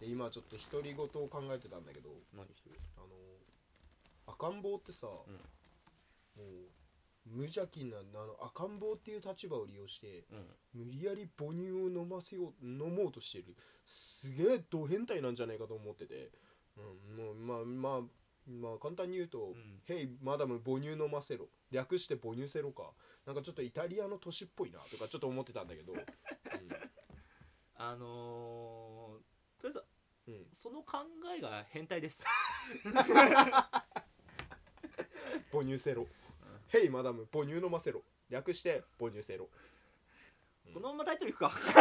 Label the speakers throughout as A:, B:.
A: で今ちょっと独り言を考えてたんだけど
B: 何してる
A: あの赤ん坊ってさ、
B: うん
A: もう無邪気なあの赤ん坊っていう立場を利用して
B: うん
A: 無理やり母乳を飲ませよう飲もうとしてるすげえド変態なんじゃないかと思ってて、うん、もうまあまあまあ簡単に言うと
B: ん
A: 「ヘイマダム母乳飲ませろ」略して母乳せろかなんかちょっとイタリアの都市っぽいなとかちょっと思ってたんだ けど、う
B: あのー、とりあえず
A: んうん、
B: その考えが変態です
A: 母乳せろ「ヘイマダム母乳飲ませろ」略して母乳せろ
B: このままタイトルいくか
A: は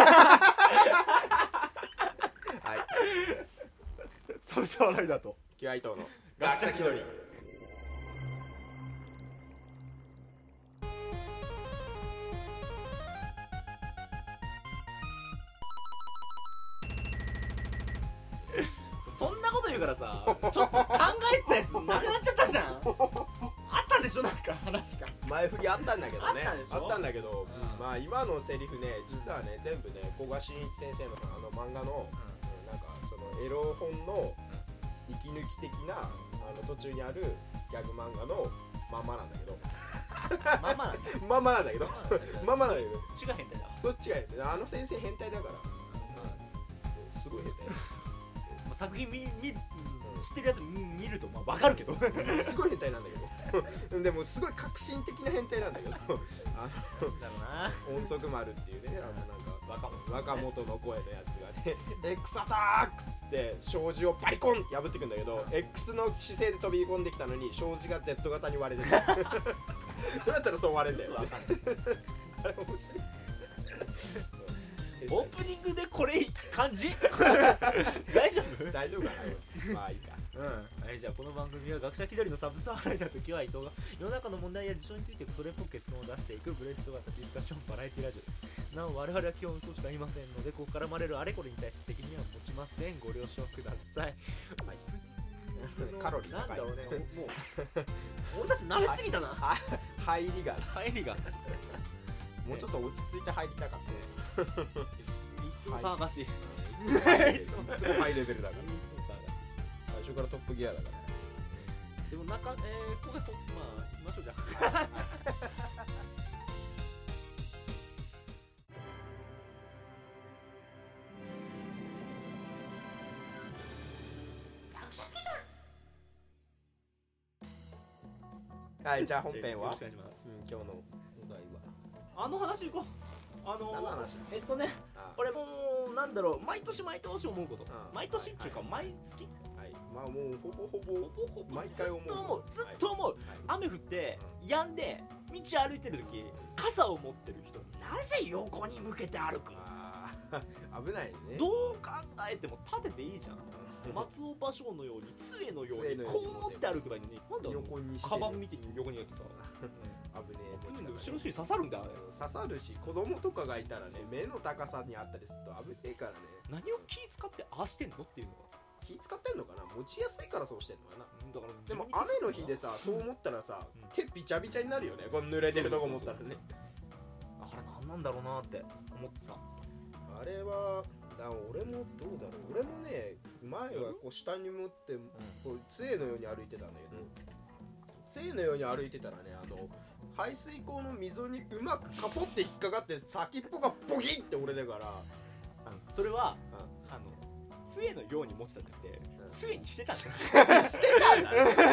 A: い
B: サブス笑いだと
A: キュアイト の学者気取り
B: そんなこと言うからさちょっと考えてたやつなくなっちゃったじゃんあったでしょなんか話が
A: 前振りあったんだけどね
B: あったでしょ
A: んだけど、
B: うん
A: まあ今のセリフね実はね全部ね古賀真一先生のあの漫画の、うんなんかそのエロ本の息抜き的なあの途中にあるギャグ漫画のまんまなんだけど
B: まあまあなんだ
A: まんまなんだけ どまんまなんだけど
B: 口が変態だわ
A: そっちがあの先生変態だからうんすごい変態
B: まあ作品見見知ってるやつ見見るとまあわかるけどな
A: すごい変態なんだけど でもすごい革新的な変態なんだけどあ
B: だろうな
A: の音速丸っていうねあのなんか
B: 若者
A: 若元の声のやつが ね「X アタック!」っつって障子をバリコンって破ってくんだけど X の姿勢で飛び込んできたのに障子が Z 型に割れて るどうやったらそう割れんだよ
B: わ
A: ね
B: かんない
A: あれ面白い
B: オープニングでこれ感 じ大丈夫
A: 大 丈夫かなまあいいか
B: うん、はいじゃあこの番組は学者気取りのサブサーライだときは伊藤が世の中の問題や事象についてそれっぽく結論を出していくブレスト型ディスカッションバラエティラジオですなお我々は基本そうしか言いませんのでここから生まれるあれこれに対して責任は持ちませんご了承ください、はい、
A: カロリー
B: な
A: 高
B: んだ
A: い
B: ろうねもう俺たち慣れすぎたな
A: は入りが
B: 入りがい
A: もうちょっと落ち着いて入りたかっ
B: つも騒がしい、
A: たね
B: い
A: い
B: つ
A: つ
B: も
A: もハイレベルだか
B: いつも騒がしい
A: ら最初からトップギアだから
B: でもなんか、えー、今回とまあ行きましょうじゃ
A: はいじゃあ
B: あ
A: 本編
B: よろ
A: は
B: しくお願いします
A: うん今日のお題
B: あの話行こうあのー
A: 何の話
B: えっとね
A: は
B: 俺もうなんだろう毎年毎年思うこと
A: うん
B: 毎年っていうか毎月
A: はいまあもうほぼほぼ
B: ほぼほぼ
A: 毎回思う
B: ずっと思うずっと思
A: は
B: う
A: い
B: 雨降って止んで道歩いてる時傘を持ってる人なぜ横に向けて歩く
A: あ ー危ないね
B: どう考えても立てていいじゃん松尾芭蕉のように杖のよう
A: 杖
B: に
A: のように
B: こうって歩けばいいのになんだろう
A: 横にして
B: カ
A: る
B: バン見て横にやるとさ
A: 危ねえ
B: 後ろの
A: 持ち
B: 人
A: 方
B: に刺さるんだよあれ
A: 刺さるし子供とかがいたらね目の高さにあったりすると危ねえからね
B: 何を気使ってああしてんのっていうのが
A: 気使ってんのかな持ちやすいからそうしてんのかな
B: だから
A: でも雨の日で さそう思ったらさ手びちゃびちゃになるよねこの濡れてるとこ持ったらね
B: あれ何なんだろうなって思ってさ
A: あれはあ俺もどうだろう俺もね前はこう下に持ってこう杖のように歩いてたんだけど杖のように歩いてたらねあの排水口の溝にうまくカポって引っかかって先っぽがボキッって折れたから
B: それは
A: うん
B: あの杖のように持ってたんじゃなくて
A: うん
B: 杖にしてたんだよ
A: して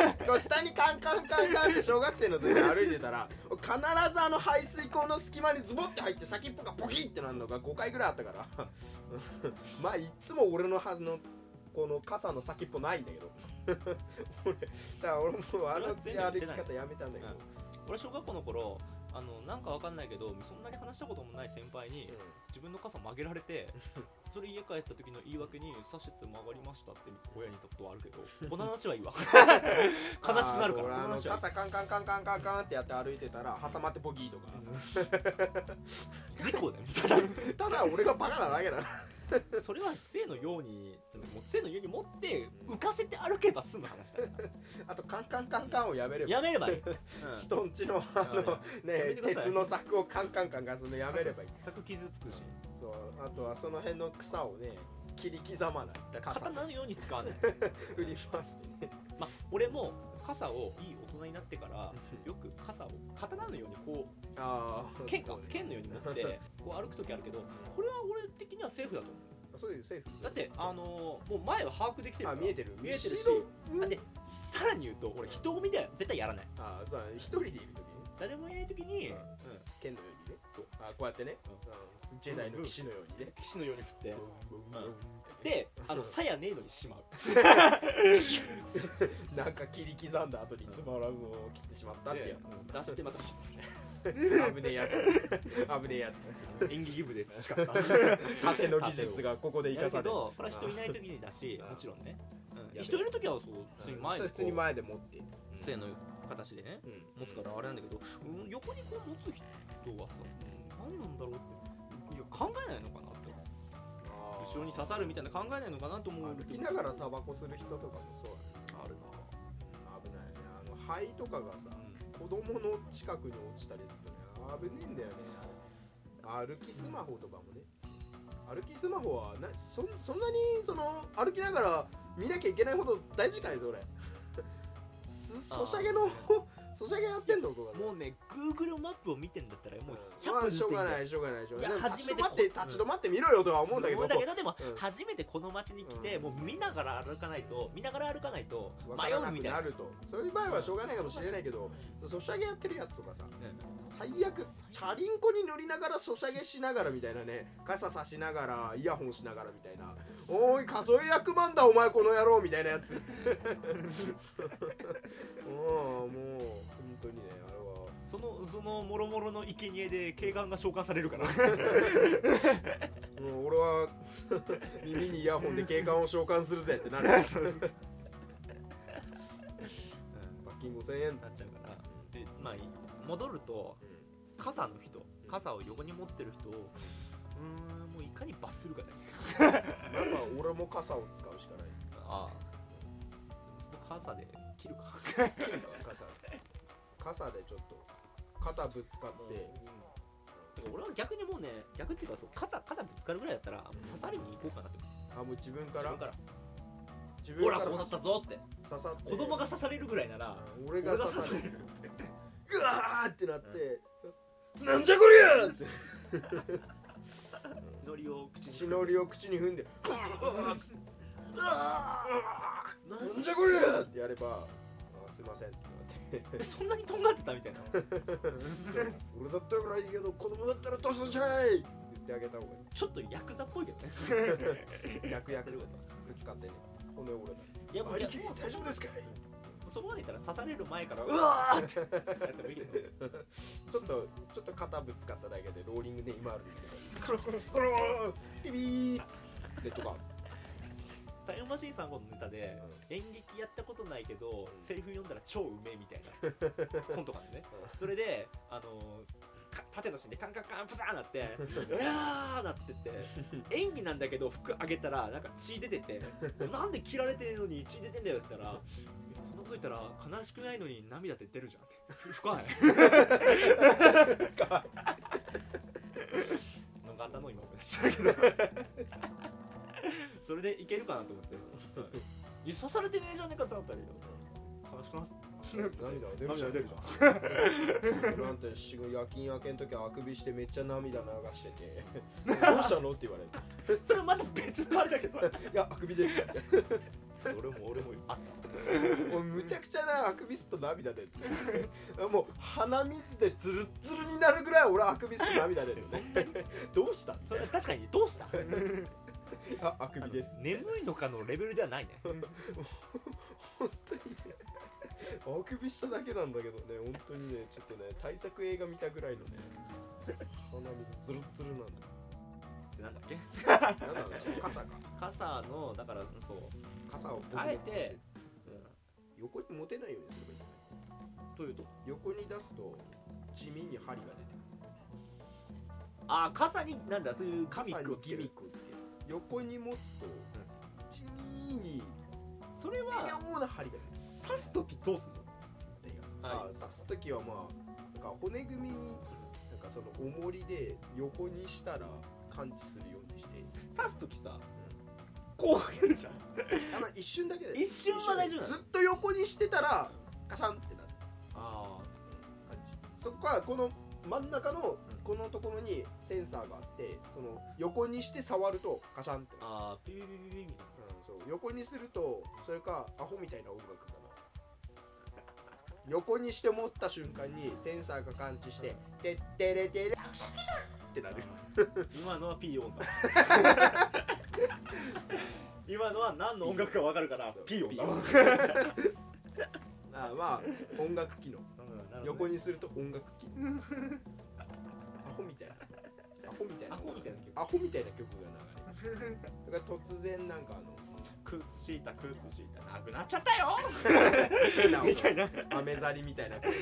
A: たんだこう下にカンカンカンカンって小学生の時に歩いてたら必ずあの排水口の隙間にズボって入って先っぽがボキってなるのが5回ぐらいあったから まあいっつも俺のはのこの傘の先っぽないんだけど 俺だから俺もあの歩き方やめたんだけど、
B: 俺小学校の頃あのなんかわかんないけどそんなに話したこともない先輩に自分の傘曲げられ てそれ家帰った時の言い訳に「刺して曲がりました」って親に言ったことはあるけど この話はいいわ悲しくなるからこの
A: あー俺あの
B: 話はいい
A: 傘カンカンカンカンカンカンってやって歩いてたら挟まってボギーとか
B: 事故だよ
A: ただ俺がバカなだけだな
B: それは杖のようにもう杖のように持って浮かせて歩けば済む話だよ
A: あとカンカンカンカンをやめれば
B: やめれ ばいい、うん
A: 人んちのあ の
B: やめ
A: ね
B: てください
A: 鉄の柵をカンカンカンガすのやめればいい
B: 全く傷つくし
A: そうあとはその辺の草をね切り刻まないだから傘
B: 刀のように使わない
A: 振り回してね
B: まあ俺も傘をいい大人になってからよく傘を刀のようにこう
A: ああ
B: 剣か剣のように 持ってこう歩く時あるけどこれは俺的にはセーフだと思う
A: そういうセーフ
B: だってあのーもう前は把握できてる
A: あ
B: から
A: 見えてる
B: 見えてるし
A: 後ろ
B: だってさらに言うと俺人を見て絶対やらない
A: ああそうだね一人でいる時ね
B: 誰もいない時に、
A: うん剣のようにねあこうやってねうんジェダイの騎士のようにね
B: 騎士のように振って
A: で
B: であの鞘ねえのにしまう
A: なんか切り刻んだ後につまらんのを切ってしまったってや
B: うん出してまた
A: つ危ねえやつ危ねえやつ
B: 演劇部で培 った
A: 縦の技術がここで
B: や
A: 生かさ
B: る
A: れ
B: け
A: る
B: どこれは人いない時にだし
A: うん
B: もちろんね
A: やべえ
B: 人いる時はそう普通に前
A: そ
B: に
A: う普通に
B: こ
A: 前で持って
B: う杖の形でね
A: うん
B: 持つからあれなんだけど、うん横にこう持つ人はさ何なんだろうっていや考えないのかなって後ろに刺さるみたいな考えないのかなと思う
A: 歩
B: け
A: き
B: ど
A: ながらタバコする人とかもそう
B: あるな
A: だね危ないねあの肺とかがさ子供の近くに落ちたりするのよ危ねえんだよねあれ歩きスマホとかもね歩きスマホはなそそんなにその歩きながら見なきゃいけないほど大事かいそ れすソシャゲのソシャゲやってんのこ
B: もうね Google マップを見てんだったらもう100
A: ま
B: 歩
A: あ
B: ず
A: し
B: つ
A: ょ
B: 行
A: う
B: っ
A: が
B: てんだよ
A: ないしょうがないしょうがないでも
B: いや
A: 立
B: 初
A: ち
B: め
A: 止
B: て
A: まって立ち止まってみろよとは思うんだけど
B: でも、
A: うん
B: 初めてこの街に来て、
A: うん
B: もう見ながら歩かないと見ながら歩かないと
A: わか
B: 迷
A: らな
B: う
A: く
B: みたいな
A: なるとそういう場合はしょうがないかもしれないけどソシャゲやってるやつとかさ最悪チャリンコに乗りながらソシャゲしながらみたいなね傘差しながらイヤホンしながらみたいな「おい数え役満だお前この野郎」みたいなやつもうもう本当にねあれは
B: そのそのもろもろの生贄で警官が召喚される から
A: もう俺は耳にイヤホンで警官を召喚するぜって なる罰金5000円
B: なっちゃうからで、まあい、戻ると傘の人傘を横に持ってる人をうーんもういかに罰するかだよね
A: やっぱ俺も傘を使うしかない
B: ああその傘で切るか
A: 傘傘でちょっと肩ぶつかって、
B: 俺は逆にもうね逆っていうかそう肩肩ぶつかるぐらいだったらもう刺さりに行こうかなって
A: あもう自分か
B: 自
A: ら
B: 分から
A: 自
B: ほ
A: 分から
B: こうなったぞって
A: 刺さって
B: 子供が刺されるぐらいなら、
A: うん俺が刺されるうわーってなって、
B: なんじゃこりゃ
A: って
B: ノリを口に
A: 血のりを口に踏んで
B: うわ
A: な
B: なん
A: んじゃこりゃってやればあすいませんってなって
B: えそんなにとんがってたみたいな
A: 俺だったらいいけど子供だったらどうすんじゃいって言ってあげた方がい
B: ちょっとヤクザっぽいけどね
A: い逆役でぶつかってね骨折れた
B: いやもういやもう
A: 大丈夫ですか
B: そこまでいったら刺される前からうわーってやってもいいけど
A: ちょっとちょっと肩ぶつかっただけでローリングで今あるんだけど
B: コロコロ
A: そのビビーでとか
B: タイムマシーンさんのネタで演劇やったことないけどセリフ読んだら超うめえみたいなコントがあってねそれであのか縦の線でカンカンカンプサーなってうわーなってって演技なんだけど服上げたらなんか血出て てなんで切られてるのに血出てんだよって言ったらそんなこと言ったら悲しくないのに涙って出るじゃんって深い のがあったのを今思い出したけどそれでいけるかなと思っていや刺されてねえじゃねえかってなったらいいよ悲しくなって
A: 涙が出るじゃん
B: 涙が出るじ
A: なんて仕事夜勤明けの時はあくびしてめっちゃ涙流して て「どうしたの?」って言われて
B: それまた別のあれだけど
A: 「いやあくびです」って
B: 俺も俺もあっ
A: もうむちゃくちゃなあくびすと涙出るもう鼻水でズルッズルになるぐらい俺あくびすと涙出る
B: そんなに
A: どうしたっ
B: そ
A: て
B: れ確かにどうした
A: ああくびです
B: 眠いのかのレベルではないね
A: 本当にねあくびしただけなんだけどね本当にねちょっとね対策映画見たぐらいのね鼻水ズルッズルなんだ
B: なんだっけ
A: なんだろうね傘か
B: 傘のだからそう
A: 傘を僕
B: あえ
A: に
B: て
A: 横に持てないようにすればいいんじゃない
B: というと
A: 横に出すと地味に針が出てくる
B: あ傘になんだそういうギミ
A: 傘
B: ックを
A: に
B: つけ
A: ギ
B: る
A: ミックをつける横に持つと地味に
B: それ
A: 微
B: は
A: 妙な針が出てくる
B: 刺す時どうすんの
A: あ
B: はい
A: 刺す時はまあなんか骨組みになんかその重りで横にしたら感知するようにして
B: 刺す時さこうやるじゃん
A: あの一瞬だけで
B: 一瞬は大丈夫なの
A: ずっと横にしてたらカシャンってなる
B: あ
A: 感じそこからこの真ん中のこのところにセンサーがあってその横にして触るとカシャンってなる
B: あピピピピピみたい
A: うんそう横にするとそれかアホみたいな音楽だな横にして持った瞬間にセンサーが感知して「てってれてれ」ってなる
B: な今のは P 音 だ今のは何の音楽か分かるから
A: そう
B: P 音
A: P
B: だ
A: 音 ああまあ音楽機能横
B: に
A: にすると音楽機能 アホみたいなアホみたいな
B: アホみたいな
A: アホみたいな曲が流れるそれから突然なんかあの
B: 曲くっついたくっついたなくなっちゃったよ
A: 変な音
B: みたいな
A: 豆ざりみたいな 声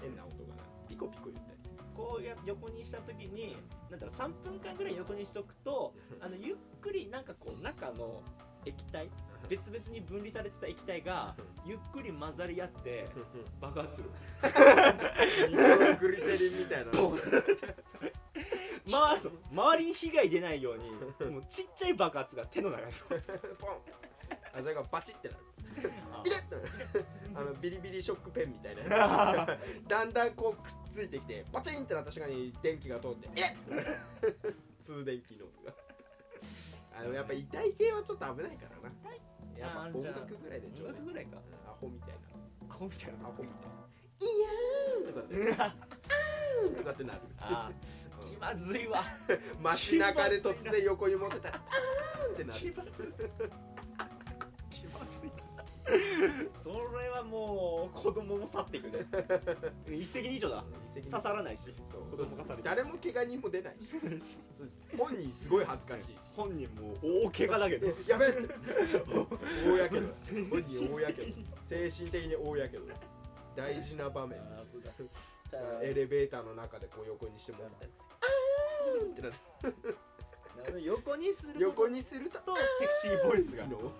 A: 変な音がピコピコ言ったり
B: こうや横にした時になんだろう3分間ぐらい横にしとくとあのゆっくりなんかこう中の液体別々に分離されてた液体がゆっくり混ざり合って爆発する
A: ニトログリセリンみたいなの
B: ボンまあ、そう周りに被害出ないようにもうちっちゃい爆発が手の中に
A: ポンあそれがバチってなる
B: あ
A: いれってなるあのビリビリショックペンみたいなやつだんだんこうくっついてきてバチンってなった瞬間に電気が通って えっ通電機能とかあのやっぱ痛い系はちょっと危ないからなやっぱ
B: あ
A: 音楽ぐらいでちょうだい
B: 音楽ぐらいか
A: アホみたいな
B: アホみたいな
A: アホみたいないやーんとかってうーんとかってなる
B: あー気まずいわ
A: 街中で突然横に持ってたらあーんってなる
B: 気まずい気まずいそれはもう子供も去っていくね一石二鳥だ
A: 一石二鳥
B: 刺さらないし子供が去る
A: 誰も怪我人も出ないし本人すごい恥ずかしいし
B: 本人も大怪我だけど
A: えやべえって大やけど本
B: 精
A: 人
B: 神
A: 大やけど精神的に大やけど大事な場面エレベーターの中でこう横にしてもらったりあーんってなる
B: 横にする
A: 横
B: こと
A: にすると
B: とセクシーボイス
A: 機
B: が
A: 能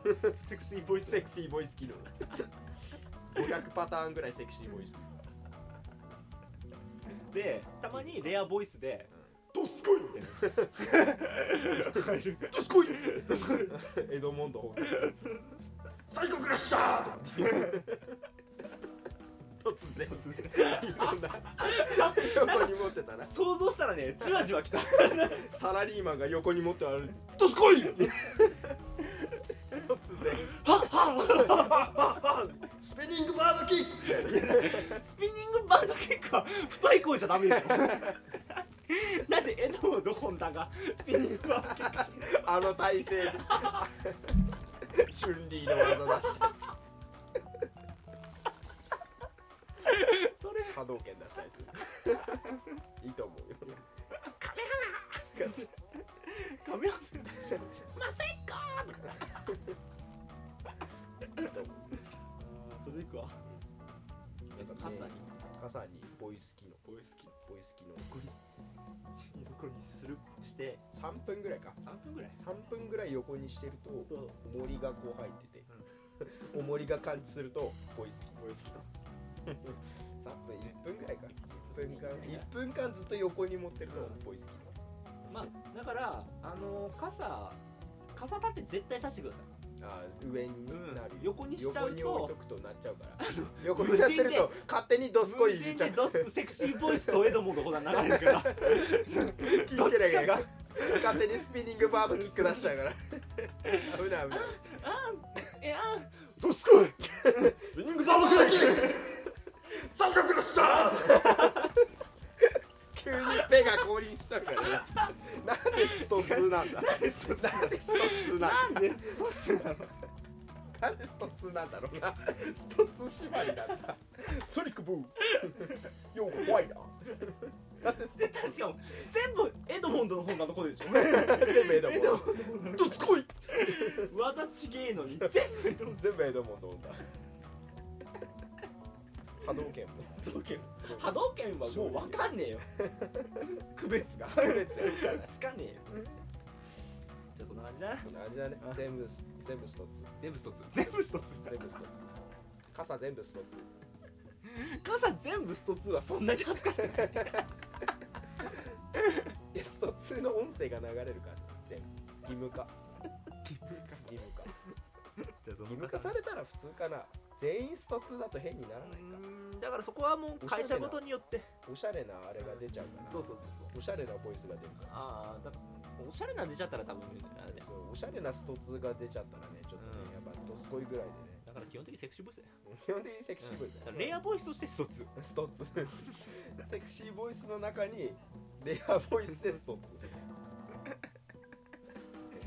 B: セクシーボイス
A: セクシーボイス機能500パターンぐらいセクシーボイス
B: でたまにレアボイスで
A: どすこい
B: 入る
A: どすこいエドモンドホール最高クラッシャーとか突然いろんな横に持ってたら
B: 想像したらねじわじわきた
A: サラリーマンが横に持って歩いて「どすこい!」突然「スピニングバードキック!」みたいな
B: スピニングバンドキックは深い声じゃダメでしょなんでエドモドホンダがスピニングバンドキックして
A: あの体勢でチュンリーの技出したり
B: それ
A: 波動拳出したりするいいと思うよ
B: カメラマセッカー続くわ
A: 傘に
B: 傘に
A: 傘にボイス機能
B: ボイスキ
A: ボイス機能
B: ー横にするして
A: 3分ぐらいか
B: 3分ぐらい
A: 3分ぐらい横にしてると
B: そう
A: 重りがこう入ってて、重りが感知するとボイスボイス機能3分1分ぐらいか1分間1分間ずっと横に持ってるとボイス機
B: まあだからあのー傘傘立って絶対差してくださ
A: 能あー上に
B: い、
A: なるよ、
B: 横にしちゃ
A: 横
B: う
A: に置い
B: と
A: とくとなっちゃう から横にやってると勝手にドスコイ
B: 無
A: 入れ
B: 人
A: ちゃ
B: で
A: う
B: ドスクセクシーボイスとエドモの方が流れるから
A: 気 ぃつけなきゃいけない勝手にスピニングバードキック出しちゃうから危ない危ない
B: いや
A: どすこいスピニングバードキック三角のシャー 急にペが降臨しちゃう からねなんでストツーなんだなんでストツーなんだ
B: なんでそうするの
A: なんでストツーなんだろうな ストツー縛りなんだソニックブー よう怖いななんでスト
B: 絶対しかも全部エドモンドの本が残るでしょ
A: 全部エドモンドどすこい
B: 技ちげえのに全部エドモン
A: 全部エドモンドだ波動拳も
B: ドの剣波動拳はもう分かんねえよ区別が
A: 区別がつかない
B: つかねえよじゃあこんな感じだな
A: こんな感じだね
B: あ
A: 全部ス全部ストツー
B: 全部ストッツ全部ストッツ
A: 全部ストツー傘全部ストツー
B: 傘全部スト2はそんなに恥ずかしくない
A: いやスト2の音声が流れるから全部義務化義務化
B: じゃあ
A: 義
B: その
A: 務化されたら普通かな全員スト2だと変にならないうか
B: ーんだからそこはもう会社ごとによって
A: おしゃれなあれが出ちゃうかな
B: そうそうそうそう
A: おしゃれなボイスが出るから
B: ああだおしゃれなんでちゃったら多分あれだよ
A: そうおしゃれなスト2が出ちゃったらねちょっとね、
B: うん
A: やっぱドスコイぐらいでね
B: だから基本的にセクシーボイスだよ
A: 基本的にセクシーボイスだ
B: う
A: よ
B: んレアボイスとして一つ
A: スト2 セクシーボイスの中にレアボイスでスト2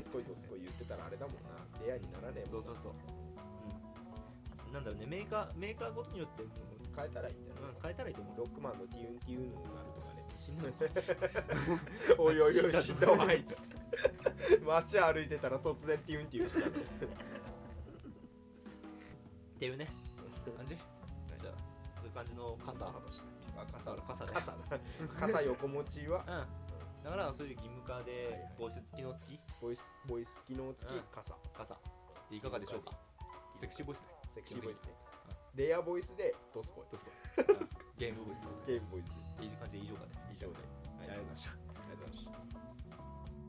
A: すごいとすごい言ってたらあれだもんなレアにならねえもんな
B: うそう、うん、なんだろうねメーカーメーカーごとによって、うん、
A: 変えたらいいんだよな
B: 変えたらいいと思う
A: ロックマンのティウンティウンになると かね
B: 死ぬの
A: おいおいおい
B: 死
A: 死
B: ん
A: ん
B: だ
A: だ
B: ぞ
A: わあ いつ街歩いてたら突然ティウンティウンしちゃう
B: っていうね感じじゃあそういう感じの傘
A: あ傘だ
B: 傘ね
A: 傘だ 傘横持ちは
B: うんだからそういう義務化
A: いは
B: で
A: い
B: ボイス機能付き
A: ボイスボイス機能付き
B: うん
A: 傘
B: 傘でいかがでしょうかセクシーボイスね
A: セクシーボイスでレアボイスでドスコイドスコ
B: ゲームボイス
A: イゲームボイスで
B: いい感じで以上かね
A: 以上で
B: はいありがとうございました
A: ありがとうございました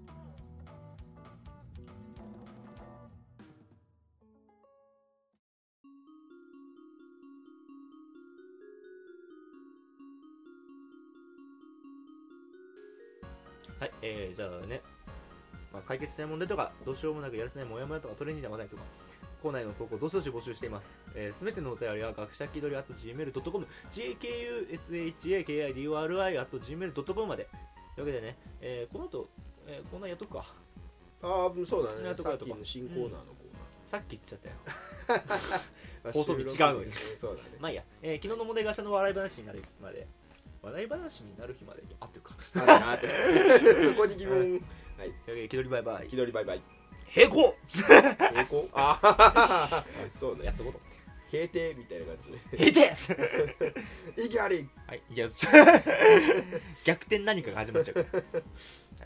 B: はい、えー、じゃあね、まあ、解決したい問題とか、どうしようもなくやらせないモヤモヤとか、トレーニーな話題とか、校内の投稿、どしどし募集しています。す、え、べ、てのお便りは、学者気取り at gmail.com、jkushakidori at gmail.com まで。というわけでね、えー、この後、えー、こんなんやっとくか。
A: ああそう
B: ね
A: だね
B: とか
A: さ
B: と
A: っ
B: か
A: きの新コーナーのコ
B: さっき言っちゃったよ。
A: ーナー
B: 放送日違うのに
A: そうだ ね
B: まあいいや、えー、昨日の問題が明日の笑い話になる日まで、笑い話になる日までに合ってるか。
A: あてなあてなそこに疑 問
B: というわけで、気取りバイバイ
A: 気。取りバイバイ
B: 平行
A: 平行あ そうね
B: やっとこと。
A: 平定みたいな感じで
B: 平手
A: いきあり
B: はい、いや、逆転何かが始まっちゃうか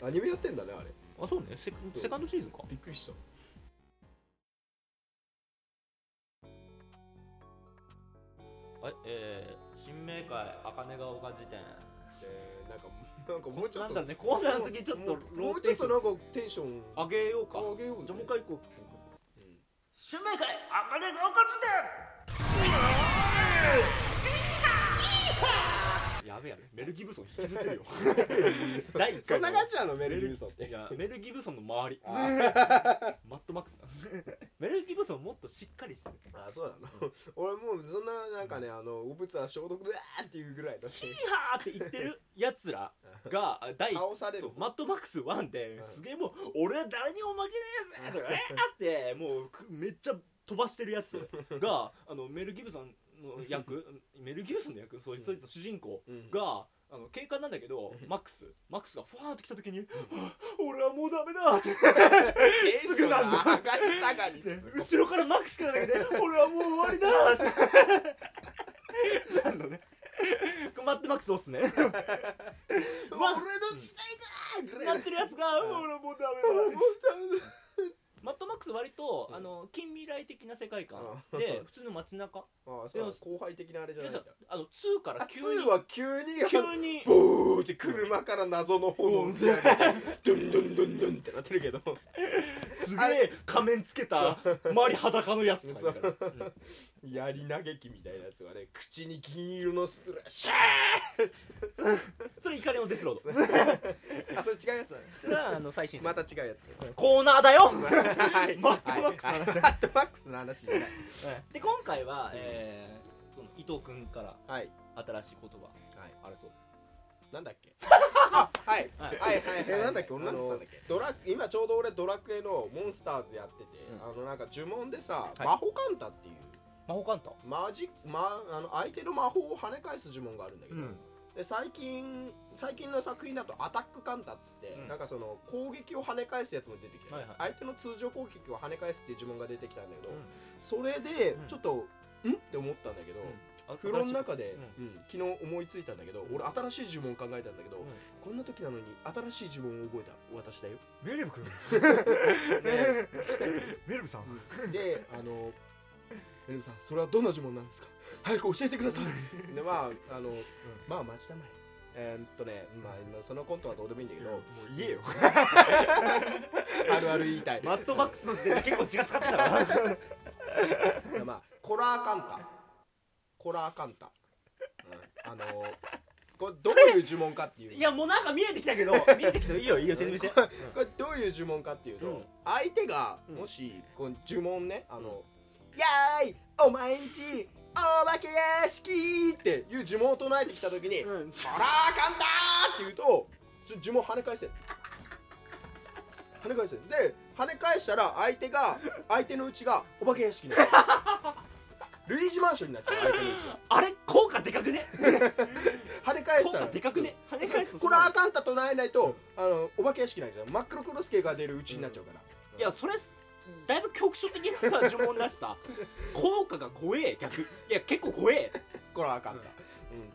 B: ら。
A: アニメやってんだねあれ
B: あそうねセカ
A: そう
B: セカンドシーズンか
A: びっくりした
B: はいえー、新明会茜が丘辞典
A: えーなんかなんかもうちょっ
B: なん
A: と
B: だろうねコーナーの時ちょっと
A: もう
B: ロ
A: も
B: ー
A: う
B: テ
A: ちょっと
B: ーション
A: なんかテンション
B: 上げようか
A: 上げようぜ
B: じゃあもう一回行こう
A: うん
B: 新明会茜が丘辞典やべやべメル・ギブソン引きずってるよ 第1回
A: そんな感じなのメルリルソンっ
B: い
A: て
B: やメル・ギブソンの周り
A: あー
B: マットマックスだメル・ギブソンもっとしっかりしてる
A: あそうなの 俺もうそんななんかねあのお物は消毒だーっていうぐらいだし
B: ヒーハーって言ってるやつらがあ第
A: 倒され
B: そ
A: る
B: うマッドマックス1で
A: うん
B: すげえもう俺は誰にも負けねえぜとかえーってもうくめっちゃ飛ばしてるやつがあのメル・ギブソンの役メル・ギブソンの役そいつそいつの主人公
A: うん
B: があの警官なんだけど
A: うん
B: マックスマックスがファーって来た時にはあ「俺はもうダメだ」って
A: テンションが上がり下がり
B: 後ろからマックスからだけで「俺はもう終わりだ」ってなんだねマッドマックスおすすめ
A: 俺
B: わ
A: の時代だーぐ
B: な
A: ら
B: っ
A: い
B: てるやつが「
A: うん
B: 俺はもうダメだ」マットマックス割と、
A: うん
B: あの近未来的な世界観 で普通の街中
A: ああそうなの後輩的なあれじゃないんだ
B: あの2から急に
A: 2は急に
B: 急に
A: ボーって車から謎の炎でドゥンドゥンドゥンドゥンってなってるけど
B: すげえ仮面つけた周り裸のやつとかいるからうん
A: やり投げ機みたいなやつがね口に銀色のスプレーシャ
B: それ怒りのデスロード
A: ーあそれ違うやつだね
B: それはあの最新作
A: また違うやつ
B: コーナーだよ
A: はい
B: マッドマックスの話
A: はいはいマッドマックスの話じゃない
B: で今回は、えー、その伊藤君から
A: はい
B: 新しい言葉
A: はい
B: あると
A: なんだっけあはい
B: はい
A: はいはい
B: は
A: はいいなんだっけ俺なんて言ったんだっけドラ今ちょうど俺ドラクエのモンスターズやってて
B: う
A: あ
B: ん
A: のなんか呪文でさ
B: い
A: 魔法カンタっていう
B: 魔法カンタ
A: マジまあの相手の魔法を跳ね返す呪文があるんだけどで最近最近の作品だとアタックカンタっつって、
B: うん
A: なんかその攻撃を跳ね返すやつも出てきて、
B: はいはい
A: 相手の通常攻撃を跳ね返すっていう呪文が出てきたんだけど、
B: うん
A: それで
B: うん
A: ちょっと、んって思ったんだけど、
B: あ
A: 風呂の中で、
B: う
A: うん昨日思いついたんだけど俺新しい呪文考えたんだけど、
B: うん
A: こんな時なのに新しい呪文を覚えた私だよ、
B: メルブ君
A: ね
B: メルブさん
A: であの「エルムさんそれはどんな呪文なんですか早く教えてください」でまああの、まあ待ちたまええーっとね、まあ、そのコントはどうでもいいんだけど、
B: いやもう言えよ
A: あるある言いたい
B: マッドマックスの時点で結構血が使ってたから
A: まあ、コラーカンタコラーカンタ、うん、あのー、これどういう呪文かっていう
B: いやもうなんか見えてきたけ ど見えてきたいいよいいよ説明して
A: これどういう呪文かっていうと、
B: うん
A: 相手が
B: うん
A: もしこの呪文ねあの、やーいお前んちお化け屋敷っていう呪文を唱えてきた時に「
B: うん
A: コラーカンタ!」って言うとちょ呪文跳ね返せ跳ね返せで跳ね返したら相手が相手のうちがお化け屋敷に なるルイージマンションになっちゃう相手のうちが
B: あれ効果でかくね
A: 跳ね返し
B: 効
A: たら
B: 果でかくね跳ね返すと
A: これあかんた唱えないと、あのお化け屋敷なんじゃん真っ黒クロスケが出るうちになっちゃうから、
B: いやそれだいぶ局所的なさ呪文らし さ効果が怖え逆いや結構怖え
A: これはあかんた、
B: あ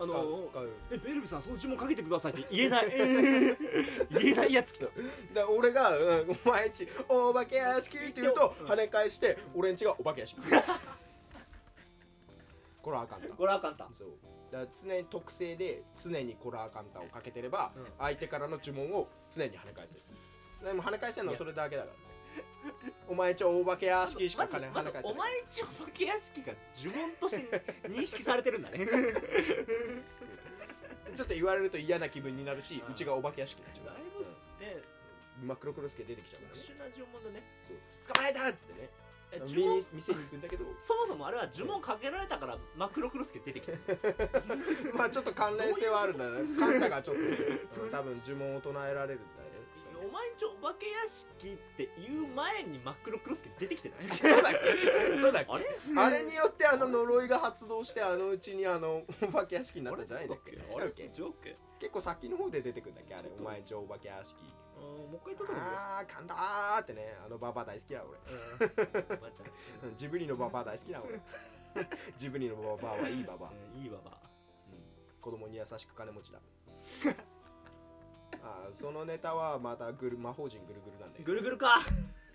A: うん、
B: のー
A: 使う使う
B: えベルビさんその呪文かけてくださいって言え ない言えないやつ来た
A: だから俺が、うんお前んちお化け屋敷って言うと、
B: うん
A: 跳ね返して俺んちがお化け屋 敷これはあかんた
B: これあかんた
A: そうだから常に特性で常にコラーカンタをかけてれば、
B: うん
A: 相手からの呪文を常に跳ね返せるでも跳ね返せるのはそれだけだからねお前んちお化け屋敷しか
B: ま
A: 跳
B: ず
A: ね
B: ま
A: 跳
B: ず
A: ね返せ
B: お
A: ない
B: 前んちお化け屋敷が呪文として認識されてるん だね
A: ちょっと言われると嫌な気分になるし、
B: う
A: うんちがお化け屋敷になっちゃう
B: だいぶね
A: 真っ黒クロスケ出てきちゃうか
B: 特
A: らね
B: 殊な呪文だね
A: そう捕まえたっつってね
B: え
A: 見
B: 呪文
A: に店に行くんだけど
B: そもそもあれは呪文かけられたから真っ黒クロスケ出てきた
A: まあちょっと関連性はあるんだよねカンタがちょっとね、うん多分呪文を唱えられるんだよね
B: お前んちお化け屋敷って言う前に真っ黒クロスケ出てきてない
A: そうだっけそうだっけ
B: あれ
A: あれによってあの呪いが発動してあのうちにあのお化け屋敷にな
B: あ
A: った
B: れ
A: んじゃないんだっけ
B: あれ
A: 違うっけ
B: ジョーク
A: 結構先の方で出てくるんだっけあれお前んちお化け屋敷
B: あーもう一回言っとくの
A: あーカンターってねあのババア大好きだ俺
B: うんおばあちゃ
A: うん ジブリのババア大好きだ俺 ジブリのババアはいいババア
B: んうんいいわば
A: 子供に優しく金持ちだあーそのネタはまたぐる魔法陣ぐるぐるなんだけど
B: ぐるぐるか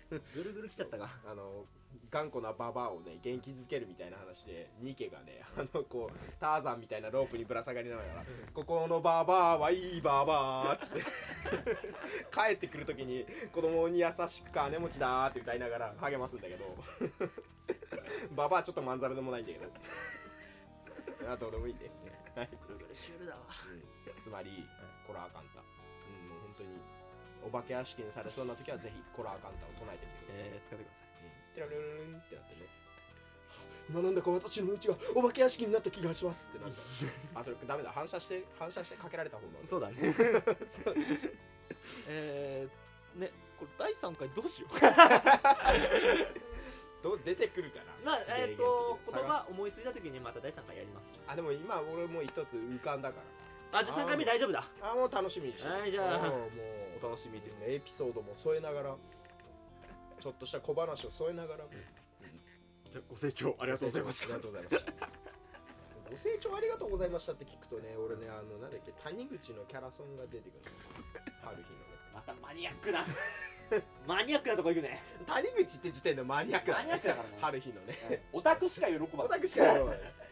B: ぐるぐる来ちゃったか
A: あの頑固なババアをね元気づけるみたいな話でニケがねあのこうターザンみたいなロープにぶら下がりながら「ここのババアはいいババア」っつって 帰ってくる時に子供に優しく金持ちだーって歌いながら励ますんだけどババアちょっとまんざらでもないんだけどあどうでもいいんで、はい
B: ぐるぐるシュールだわ
A: つまりコラーカンタ、うん、もう本当にお化け屋敷にされそうな時はぜひコラーカンタを唱えてみてください、
B: えー使ってください
A: テラルルルンってなってね今なんだか私のうちがお化け屋敷になった気がしますってなんだあそれダメだ反射して反射してかけられた方が
B: そうだね えーねこれ第3回どうし よう
A: どう出てくるかな
B: まあえっ、と言
A: 探
B: 葉思いついた時にまた第3回やります
A: あでも今俺もう一つ浮かんだか
B: あじゃあ3回目大丈夫だ
A: らあもう楽しみにして
B: はいじゃ
A: うん
B: あ
A: もうお楽しみというかエピソードも添えながらちょっとした小話を添えながら
B: ご清聴あ
A: あありがとうございました。ご清聴ありがとうございましたって聞くとね、俺ね、あの、なんだっけ、谷口のキャラソンが出てくるんです。春日のね。
B: またマニアックなマニアックなとこ行くね
A: 谷口って時点でマニアックだ、ね。
B: マニアックだからね
A: 春日のね。
B: オタクしか喜ば
A: オ
B: な
A: タ
B: い
A: クしかやろうね。